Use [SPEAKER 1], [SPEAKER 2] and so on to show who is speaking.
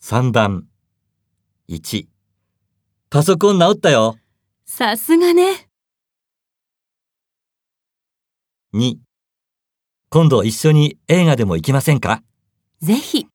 [SPEAKER 1] 3番1パソコン直ったよ
[SPEAKER 2] さすがね。
[SPEAKER 1] 2今度一緒に映画でも行きませんか
[SPEAKER 2] ぜひ。